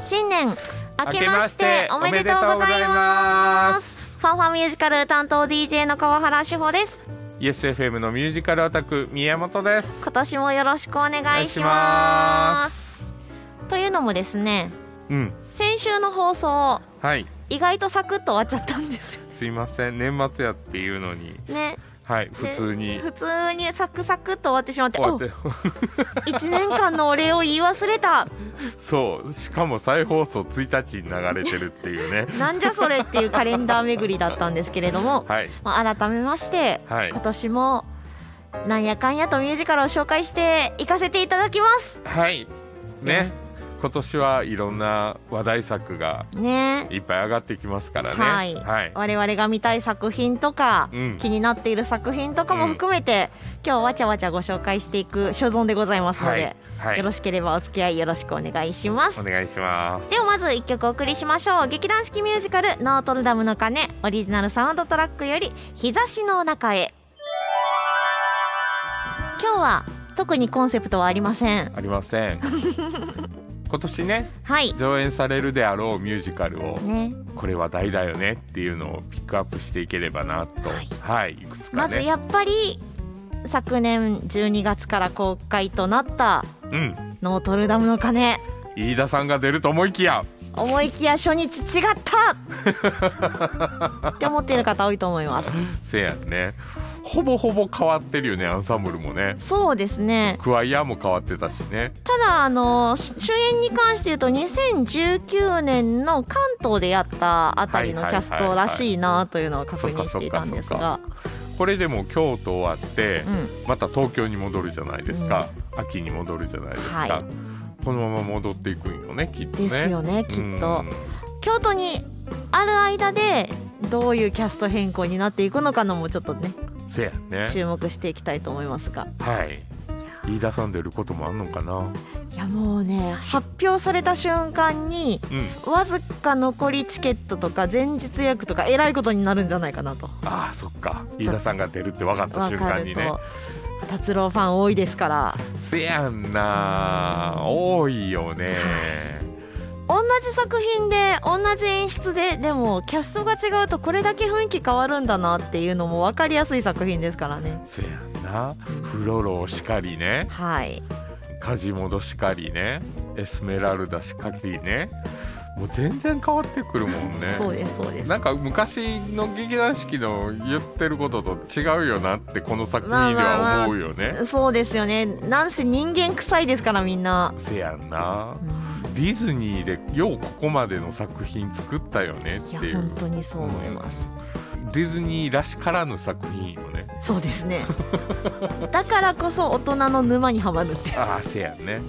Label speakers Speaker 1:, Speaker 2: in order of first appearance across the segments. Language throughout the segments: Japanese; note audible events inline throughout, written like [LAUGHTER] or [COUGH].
Speaker 1: 新年明けましておめでとうございますファンファンミュージカル担当 DJ の川原志保です
Speaker 2: イエス FM のミュージカルアタック宮本です
Speaker 1: 今年もよろしくお願
Speaker 2: お願
Speaker 1: い
Speaker 2: いし
Speaker 1: しま
Speaker 2: ますす
Speaker 1: というのもですね
Speaker 2: うん
Speaker 1: 先週の放送
Speaker 2: はい
Speaker 1: 意外とサクッと終わっちゃったんですよ
Speaker 2: すいません年末やっていうのに
Speaker 1: ね
Speaker 2: はい普
Speaker 1: で
Speaker 2: 通に
Speaker 1: 普通にサクサクっと終わってしまって
Speaker 2: 終わって
Speaker 1: お1年間のお礼を言い忘れた
Speaker 2: [LAUGHS] そうしかも再放送1日に流れてるっていうね
Speaker 1: [LAUGHS] なんじゃそれっていうカレンダー巡りだったんですけれども、
Speaker 2: はい
Speaker 1: まあ、改めまして、
Speaker 2: はい
Speaker 1: 今年もなんやかんやとミュージカルを紹介していかせていただきます
Speaker 2: はいね
Speaker 1: ね
Speaker 2: 今年はいろんな話題作が
Speaker 1: ね
Speaker 2: いっぱい上がってきますからね
Speaker 1: はい
Speaker 2: はい、
Speaker 1: 我々が見たい作品とか、
Speaker 2: うん
Speaker 1: 気になっている作品とかも含めて、今日わちゃわちゃご紹介していく所存でございますの
Speaker 2: は
Speaker 1: で、
Speaker 2: いはい
Speaker 1: よろしければお付き合いよろしくお願いします
Speaker 2: お願いします
Speaker 1: ではまず1曲お送りしましょう劇団四季ミュージカル「ノートルダムの鐘」オリジナルサウンドトラックより「日差しの中へ」今日は特にコンセプトはありません
Speaker 2: ありま
Speaker 1: [LAUGHS]
Speaker 2: せん今年ね
Speaker 1: はい
Speaker 2: 上演されるであろうミュージカルを
Speaker 1: ね
Speaker 2: これ話題だよねっていうのをピックアップしていければなと
Speaker 1: はい
Speaker 2: はい、い、くつかね
Speaker 1: まずやっぱり昨年12月から公開となった
Speaker 2: うん
Speaker 1: 「ノートルダムの鐘
Speaker 2: 飯田さんが出ると思いきや」
Speaker 1: 思いきや初日違ったって思っている方多いと思います
Speaker 2: せやんねほぼほぼ変わってるよねアンサンブルもね
Speaker 1: そうですね
Speaker 2: クワイアも変わってたしね
Speaker 1: ただあのし主演に関して言うと2019年の関東でやったあたりの
Speaker 2: はい
Speaker 1: キ
Speaker 2: は
Speaker 1: ャ
Speaker 2: いは
Speaker 1: ス
Speaker 2: い
Speaker 1: トらしいなというのを確
Speaker 2: そっ
Speaker 1: 認
Speaker 2: か
Speaker 1: していたんです
Speaker 2: そっ
Speaker 1: が
Speaker 2: かこれでも京都終わって
Speaker 1: う、ん
Speaker 2: また東京に戻るじゃないですか、秋に戻るじゃないですか、
Speaker 1: はい
Speaker 2: このまま戻っていくんよねきっとね
Speaker 1: ですよねきっと
Speaker 2: うん
Speaker 1: 京都にある間でどういうキャスト変更になっていくのかのもちょっとね
Speaker 2: せやね
Speaker 1: 注目していきたいと思いますが
Speaker 2: はい飯田さん出ることもあんのかない
Speaker 1: やもうね発表された瞬間に
Speaker 2: うん
Speaker 1: わずか残りチケットとか前日予約とかえらいことになるんじゃないかなと
Speaker 2: ああそっか
Speaker 1: ち
Speaker 2: 飯
Speaker 1: ょっと
Speaker 2: 田さんが出るって分かった
Speaker 1: 分
Speaker 2: 瞬
Speaker 1: か
Speaker 2: 間
Speaker 1: る
Speaker 2: にね
Speaker 1: と達郎ファン多いですから。
Speaker 2: せやんな多いよね
Speaker 1: 同じ作品で同じ演出ででもキャストが違うとこれだけ雰囲気変わるんだなっていうのも分かりやすい作品ですからね
Speaker 2: せやんなフロロしかりね
Speaker 1: はい
Speaker 2: カジモドしかりねエスメラルダしかりねもう全然変わってくるもんね
Speaker 1: そうですそうです
Speaker 2: なんか昔の劇団四季の言ってることと違うよなってこの作品では思うよね、
Speaker 1: そうですよねなんせ人間臭いですからみんな、
Speaker 2: せやんな
Speaker 1: うん
Speaker 2: ディズニーでようここまでの作品作ったよねって
Speaker 1: い
Speaker 2: い
Speaker 1: や
Speaker 2: う
Speaker 1: 本当にそう思います、
Speaker 2: ディズニーらしからぬ作品よね
Speaker 1: そうです
Speaker 2: [LAUGHS]
Speaker 1: ねだからこそ大人の沼にはまるって
Speaker 2: ああせやんね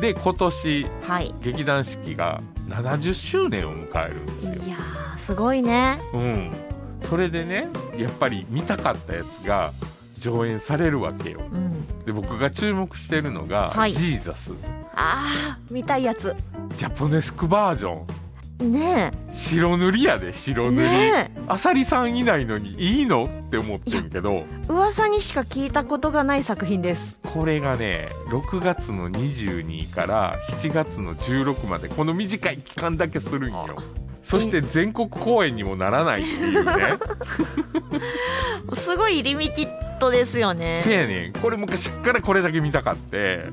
Speaker 2: で今年
Speaker 1: はい
Speaker 2: 劇団四季が70周年を迎えるんで
Speaker 1: い
Speaker 2: すよ、
Speaker 1: やーすごいね
Speaker 2: うん、それでねやっぱり見たかったやつが上演されるわけよ
Speaker 1: うん
Speaker 2: で僕が注目してるのが、
Speaker 1: はい
Speaker 2: ジーザス
Speaker 1: あー見たいやつ
Speaker 2: ジャポネスクバージョン
Speaker 1: ね
Speaker 2: 白塗りやで
Speaker 1: え
Speaker 2: 白塗り、
Speaker 1: ねえ
Speaker 2: あさりさんいないのにいいのって思ってんけど
Speaker 1: 噂にしか聞いたことがない作品です
Speaker 2: これがね6月の22から7月の16までこの短い期間だけするんよそして全国公演にもならないってい
Speaker 1: [LAUGHS]
Speaker 2: うね
Speaker 1: すごいリミティットですよね。
Speaker 2: せやねんこれ昔っからこれだけ見たかって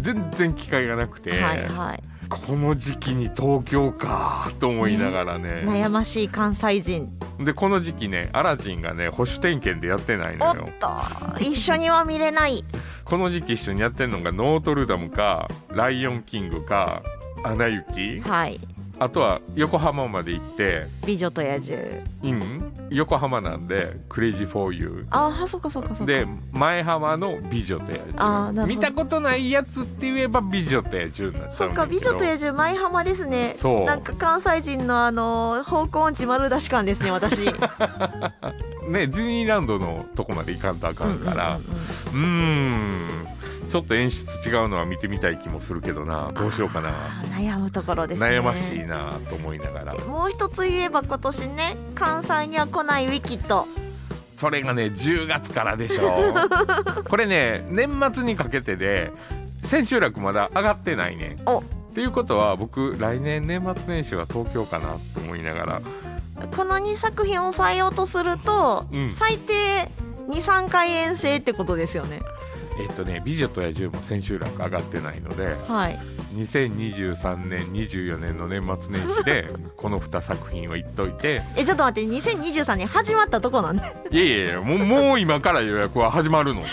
Speaker 2: 全然機会がなくて、
Speaker 1: はいはい。
Speaker 2: この時期に東京かと思いながらね
Speaker 1: 悩ましい関西人。
Speaker 2: でこの時期ねアラジンがね保守点検でやってない
Speaker 1: お
Speaker 2: の
Speaker 1: っ
Speaker 2: よ
Speaker 1: と、一緒には見れない。
Speaker 2: この時期一緒にやってんのがノートルダムかライオンキングかアナ雪
Speaker 1: はい。
Speaker 2: あとは横浜まで行って
Speaker 1: 美女と野獣。
Speaker 2: うん横浜なんで「クレイジー・フォー・ユ
Speaker 1: ああ、そうかそうかそ
Speaker 2: ー」
Speaker 1: うか。
Speaker 2: で前浜の「美女と野
Speaker 1: あーなるほど
Speaker 2: 獣」見たことないやつって言えば「美女と野獣」になっちゃ
Speaker 1: そっ
Speaker 2: うん
Speaker 1: か、
Speaker 2: だけ
Speaker 1: 美
Speaker 2: ど
Speaker 1: 女と野獣舞浜ですね。
Speaker 2: そう
Speaker 1: なんか関西人のあの方向音痴丸出し感ですね、
Speaker 2: [LAUGHS]
Speaker 1: 私。う
Speaker 2: ねディズニーランドのとこまで行かんとあかんから
Speaker 1: んうんうんうん
Speaker 2: うーんちょっと演出違うのは見てみたい気もするけどなどうしようかな
Speaker 1: あー悩むところですね。
Speaker 2: 悩ましいなと思いながら
Speaker 1: でもう一つ言えば今年ね関西には来ないウィキッド
Speaker 2: それがね10月からでしょこれね年末にかけてで千秋楽まだ上がってないね
Speaker 1: お
Speaker 2: っていうことは僕来年年末年始は東京かなと思いながら
Speaker 1: この2作品を抑えようとすると、
Speaker 2: うん
Speaker 1: 最低23回遠征ってことですよね
Speaker 2: えっとね「美女と野獣」も千秋楽上がってないので
Speaker 1: はい
Speaker 2: 2023年24年の年末年始でこの2作品を言っといて
Speaker 1: えちょっと待って2023年始まったとこなんで
Speaker 2: いやいやいやもうもう今から予約は始まるので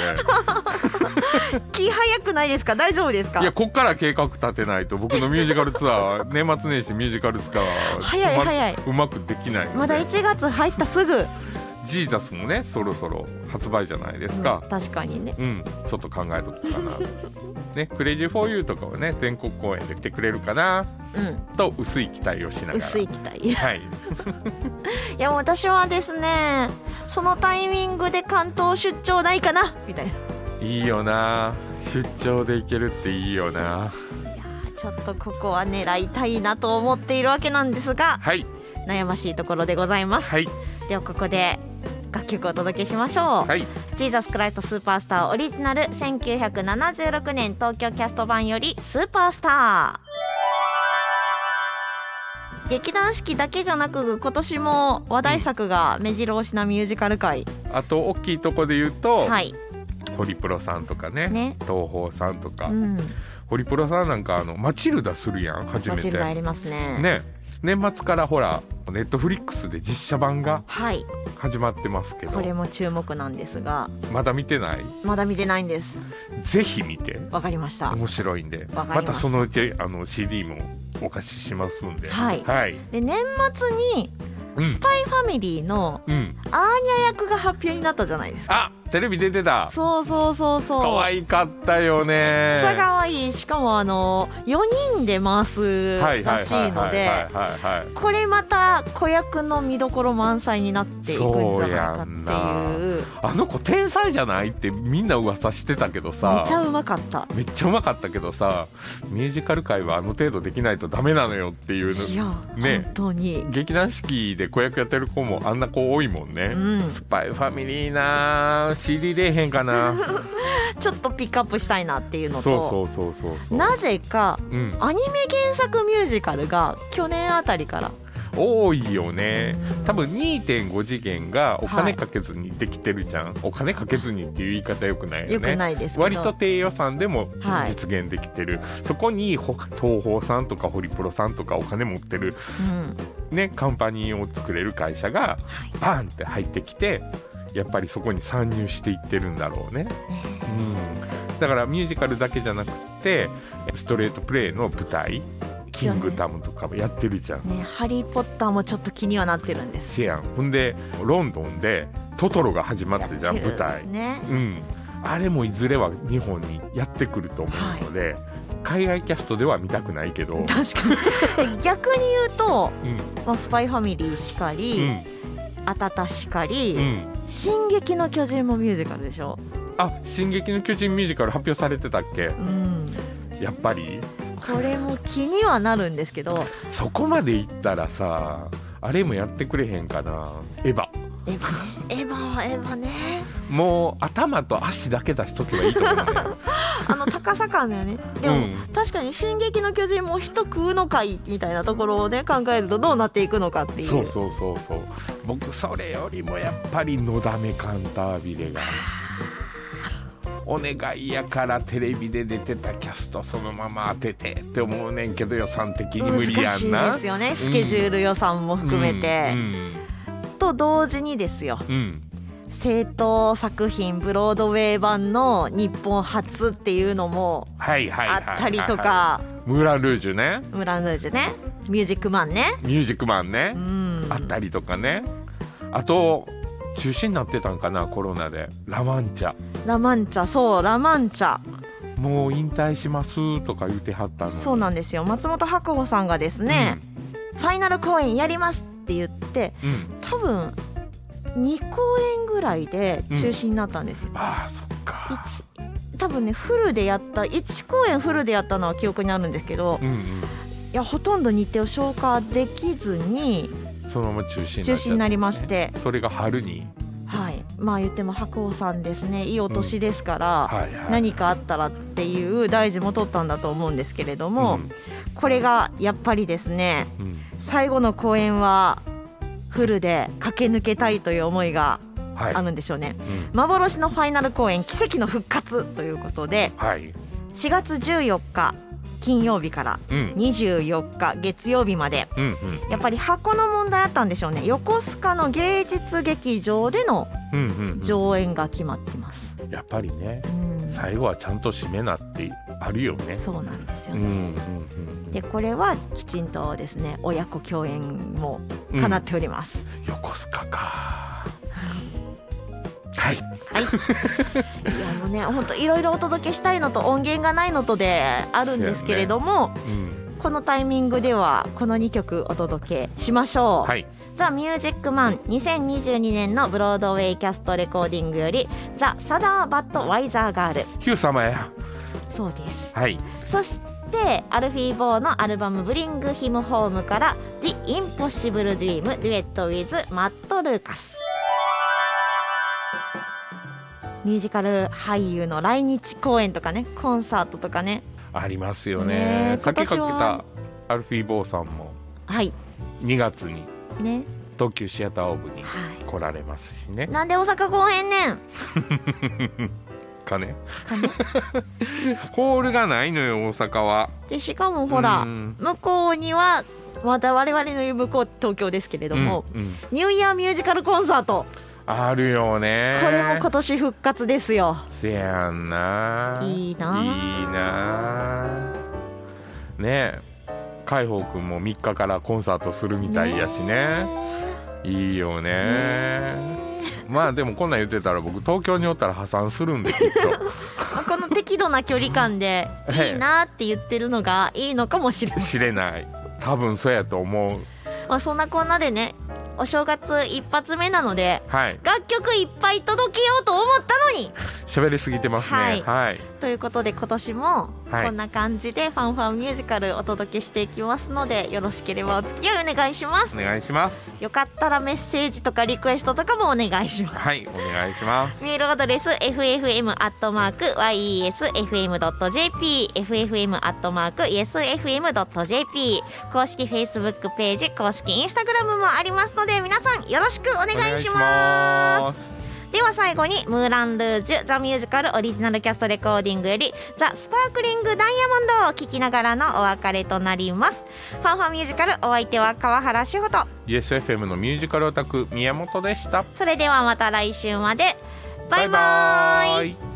Speaker 1: [LAUGHS] 気早くないですか大丈夫ですか
Speaker 2: いやこっから計画立てないと僕のミュージカル
Speaker 1: [LAUGHS]
Speaker 2: ツアー年末年始ミュージカルツアーは
Speaker 1: 早いう
Speaker 2: ま
Speaker 1: 早いう
Speaker 2: まくできないので
Speaker 1: まだ1月入ったすぐ
Speaker 2: ジーザスもねそろそろ発売じゃないですか
Speaker 1: うん、確かにね
Speaker 2: うん、ちょっと考えとくかな。ね、クレイジーフォーユーとかはね、全国公演で来てくれるかな
Speaker 1: うん
Speaker 2: と薄い期待をしながら。
Speaker 1: 薄い期待 [LAUGHS] い
Speaker 2: はい。
Speaker 1: やもう私はですねそのタイミングで関東出張ないかなみたいない
Speaker 2: いよな。出張で行けるっていいよな。
Speaker 1: やーちょっとここは狙いたいなと思っているわけなんですが
Speaker 2: はい。
Speaker 1: 悩ましいところでございます
Speaker 2: はい。
Speaker 1: ではここで楽曲をお届けしましょう
Speaker 2: はい。
Speaker 1: ジーザスクライストスーパースターオリジナル1976年東京キャスト版よりスーパースター劇団四季だけじゃなく今年も話題作が目白押しなミュージカル界、
Speaker 2: あと大きいとこで言うと、
Speaker 1: はい
Speaker 2: ホリプロさんとかね。
Speaker 1: ね
Speaker 2: 東宝さんとか、
Speaker 1: うん
Speaker 2: ホリプロさんなんかあのマチルダするやん初
Speaker 1: マ
Speaker 2: め
Speaker 1: チ
Speaker 2: て
Speaker 1: ルダやりますね
Speaker 2: ね年末からほらネットフリックスで実写版が
Speaker 1: はい
Speaker 2: 始まってますけ
Speaker 1: これ
Speaker 2: ど
Speaker 1: も注目なんですが
Speaker 2: まだ見てない
Speaker 1: まだ見てないんです
Speaker 2: ぜひ見て
Speaker 1: わかりました
Speaker 2: 面白いんで
Speaker 1: わ
Speaker 2: ま
Speaker 1: かりました
Speaker 2: たそのうちあの CD もお貸ししますんで
Speaker 1: はい
Speaker 2: はい、
Speaker 1: で年末に
Speaker 2: うん
Speaker 1: スパイファミリーの
Speaker 2: うん、
Speaker 1: アーニャ役が発表になったじゃないですか
Speaker 2: あテレビ出てた
Speaker 1: そうそうそうそう
Speaker 2: 可愛かったよ
Speaker 1: め
Speaker 2: ね
Speaker 1: っちゃ可愛いしかもあの4人で回す
Speaker 2: はいは
Speaker 1: ら
Speaker 2: い
Speaker 1: し
Speaker 2: はいいは
Speaker 1: の
Speaker 2: いは
Speaker 1: で
Speaker 2: いはいはい
Speaker 1: これまた子役の見どころ満載になっていくんじゃないかっていう
Speaker 2: あの子天才じゃないってみんな噂してたけどさ
Speaker 1: めちゃうまかった
Speaker 2: めっちゃうまかったけどさミュージカル界はあの程度できないとダメなのよっていう
Speaker 1: いや、
Speaker 2: ね
Speaker 1: 本当に
Speaker 2: 劇団四季で子役やってる子もあんな子多いもんね、
Speaker 1: うん
Speaker 2: スパイファミリーなー CD 出えへん
Speaker 1: [LAUGHS]
Speaker 2: かな
Speaker 1: ちょっとピックアップしたいなっていうの
Speaker 2: そう
Speaker 1: と
Speaker 2: そうそうそうそう
Speaker 1: なぜか
Speaker 2: うん、
Speaker 1: アニメ原作ミュージカルが去年あたりから
Speaker 2: 多いよね
Speaker 1: うん
Speaker 2: 多分2.5次元がお金かけずにできてるじゃん、お金かけずにっていう言い方よくないよね
Speaker 1: よくないですけど
Speaker 2: 割と低予算でも
Speaker 1: はい
Speaker 2: 実現できてる、そこにほ東宝さんとかホリプロさんとかお金持ってる
Speaker 1: うん
Speaker 2: ねカンパニーを作れる会社が
Speaker 1: はい
Speaker 2: バンって入ってきてやっぱりそこに参入していってるんだろうね、
Speaker 1: ね
Speaker 2: うん、だからミュージカルだけじゃなくてストレートプレイの舞台「キングダム」とかもやってるじゃん。
Speaker 1: ね「ハリー・ポッター」もちょっと気にはなってるんです
Speaker 2: せやんほんでロンドンでトトロが始まってじゃん
Speaker 1: やってる
Speaker 2: 舞台、
Speaker 1: ね
Speaker 2: うん、あれもいずれは日本にやってくると思うので、海外キャストでは見たくないけど、うん
Speaker 1: 確かにで [LAUGHS] 逆に言うと
Speaker 2: う
Speaker 1: まあ、スパイファミリーしかり、
Speaker 2: ん
Speaker 1: あたたしかり、
Speaker 2: うん、
Speaker 1: 進撃の巨人もミュージカルでしょ。
Speaker 2: あ進撃の巨人」ミュージカル発表されてたっけ
Speaker 1: うん、
Speaker 2: やっぱり
Speaker 1: これも気にはなるんですけど、
Speaker 2: そこまでいったらさあれもやってくれへんかなエヴァ
Speaker 1: エヴァね、エヴァはエヴァね、
Speaker 2: もう頭と足だけ出しとけばいいと思うね
Speaker 1: あの高さ感だよね。でも、
Speaker 2: うん
Speaker 1: 確かに進撃の巨人も人食うのかいみたいなところをね考えるとどうなっていくのか [LAUGHS] っていう。
Speaker 2: そうそうそうそう僕それよりもやっぱりのだめカンタービレがお願いやからテレビで出てたキャストそのまま当ててって思うねんけど予算的に無理や
Speaker 1: 難し
Speaker 2: ん
Speaker 1: い
Speaker 2: な
Speaker 1: ですよねスケジュール予算も含めて、
Speaker 2: うん
Speaker 1: と同時にですよ
Speaker 2: うんうん
Speaker 1: 正当作品ブロードウェイ版の日本初っていうのも
Speaker 2: はいはいはいはい、
Speaker 1: あったりとか、
Speaker 2: ムーラン・ルージュね
Speaker 1: ムランルージュねミュージックマンね
Speaker 2: ミュージックマンね、
Speaker 1: うん
Speaker 2: あったりとかねあと中止になってたんかなコロナで「ラ・マンチャ」
Speaker 1: ラマンチャそうラマンチャ
Speaker 2: もう引退しますとか言ってはったのに
Speaker 1: そうなんですよ松本白鵬さんがですね、ファイナル公演やりますって言って
Speaker 2: うん、うん
Speaker 1: 多分2公演ぐらいで中止になったんですよ、
Speaker 2: ああそっか
Speaker 1: 一多分ねフルでやった1公演フルでやったのは記憶にあるんですけど、
Speaker 2: う
Speaker 1: い
Speaker 2: んうん
Speaker 1: やほとんど日程を消化できずに
Speaker 2: そのまま中止になっちゃった
Speaker 1: 中止になりまし
Speaker 2: ね
Speaker 1: て、
Speaker 2: それが春に
Speaker 1: はいまあ言っても白鵬さんですねいいお年ですから、
Speaker 2: はいはい
Speaker 1: 何かあったらっていう大事も取ったんだと思うんですけれども、これがやっぱりですね
Speaker 2: うんうん
Speaker 1: 最後の公演はフルで駆け抜けたいという思いが
Speaker 2: はい
Speaker 1: あるんでしょうね、
Speaker 2: うん
Speaker 1: 幻のファイナル公演奇跡の復活ということで
Speaker 2: はい
Speaker 1: 4月14日金曜日から
Speaker 2: うん
Speaker 1: 24日月曜日まで
Speaker 2: うんうん
Speaker 1: やっぱり箱の問題あったんでしょうね横須賀の芸術劇場での
Speaker 2: うんうんう
Speaker 1: 上演が決まってます、
Speaker 2: んやっぱりね
Speaker 1: うん
Speaker 2: 最後はちゃんと締めなってあるよね
Speaker 1: そうなんです
Speaker 2: う
Speaker 1: よ
Speaker 2: んう
Speaker 1: ね、
Speaker 2: んうん
Speaker 1: でこれはきちんとですね親子共演も
Speaker 2: うん
Speaker 1: 叶っております、
Speaker 2: 横須賀かはい [LAUGHS]
Speaker 1: いやもうね本当いろいろお届けしたいのと音源がないのとであるんですけれども、
Speaker 2: うん
Speaker 1: このタイミングではこの2曲お届けしましょう、
Speaker 2: はい
Speaker 1: ザ・ミュージックマン2022年のブロードウェイキャストレコーディングよりザ・サダーバッド・ワイザーガール
Speaker 2: ヒュー様や
Speaker 1: そうです
Speaker 2: はい
Speaker 1: そしてアルフィー・ボーのアルバム「ブリング・ヒム・ホーム」から「The Impossible Dream」デュエット・ウィズ・マット・ルーカスミュージカル俳優の来日公演とかねコンサートとかね
Speaker 2: ありますよ
Speaker 1: ねえ
Speaker 2: ね避けかけ
Speaker 1: 今年は
Speaker 2: たアルフィー・ボーさんも
Speaker 1: はい
Speaker 2: 2月に
Speaker 1: ね
Speaker 2: 東急シアターオーブに
Speaker 1: は
Speaker 2: 来られますしね
Speaker 1: いなんで大阪公演ねん
Speaker 2: かね
Speaker 1: かね
Speaker 2: ホールがないのよ大阪は [LAUGHS]
Speaker 1: でしかもほら
Speaker 2: うん
Speaker 1: 向こうにはまた我々の言う向こう東京ですけれども、
Speaker 2: うんうん
Speaker 1: ニューイヤーミュージカルコンサート
Speaker 2: あるよ
Speaker 1: こ
Speaker 2: ね
Speaker 1: れも今年復活ですよ
Speaker 2: せやんない
Speaker 1: いないい
Speaker 2: いなねえ海宝くんも3日からコンサートするみたいやしねいいよねまあでもこんなん言ってたら僕東京におったら破産するんできっ
Speaker 1: まあこの適度な距離感で
Speaker 2: ええ
Speaker 1: いいなって言ってるのがいいのかもしれ
Speaker 2: と
Speaker 1: ない、 [LAUGHS]
Speaker 2: 知れない多分そうやと思う
Speaker 1: まあ、そんなこんなでねお正月一発目なので
Speaker 2: はい
Speaker 1: 楽曲いっぱい届けようと思ったのに
Speaker 2: 喋りすぎてますね
Speaker 1: はい
Speaker 2: はい、
Speaker 1: ということで今年も
Speaker 2: はい
Speaker 1: こんな感じでファンファンミュージカルお届けしていきますのでよろしければお付き合いお願いします
Speaker 2: お願いします
Speaker 1: よかったらメッセージとかリクエストとかもお願いします
Speaker 2: はいお願いします
Speaker 1: メールアドレス ffm.yesfm.jp ffm.yesfm.jp 公式 Facebook ページ公式 Instagram もありますので皆さんよろしくお願いします
Speaker 2: す
Speaker 1: では最後にムーラン・ルージュザ・ミュージカルオリジナルキャストレコーディングよりザ・スパークリング・ダイヤモンドを聴きながらのお別れとなりますファンファンミュージカルお相手は川原志保と
Speaker 2: YesFM のミュージカルオタク宮本でした
Speaker 1: それではまた来週までバイバイ
Speaker 2: バイバイ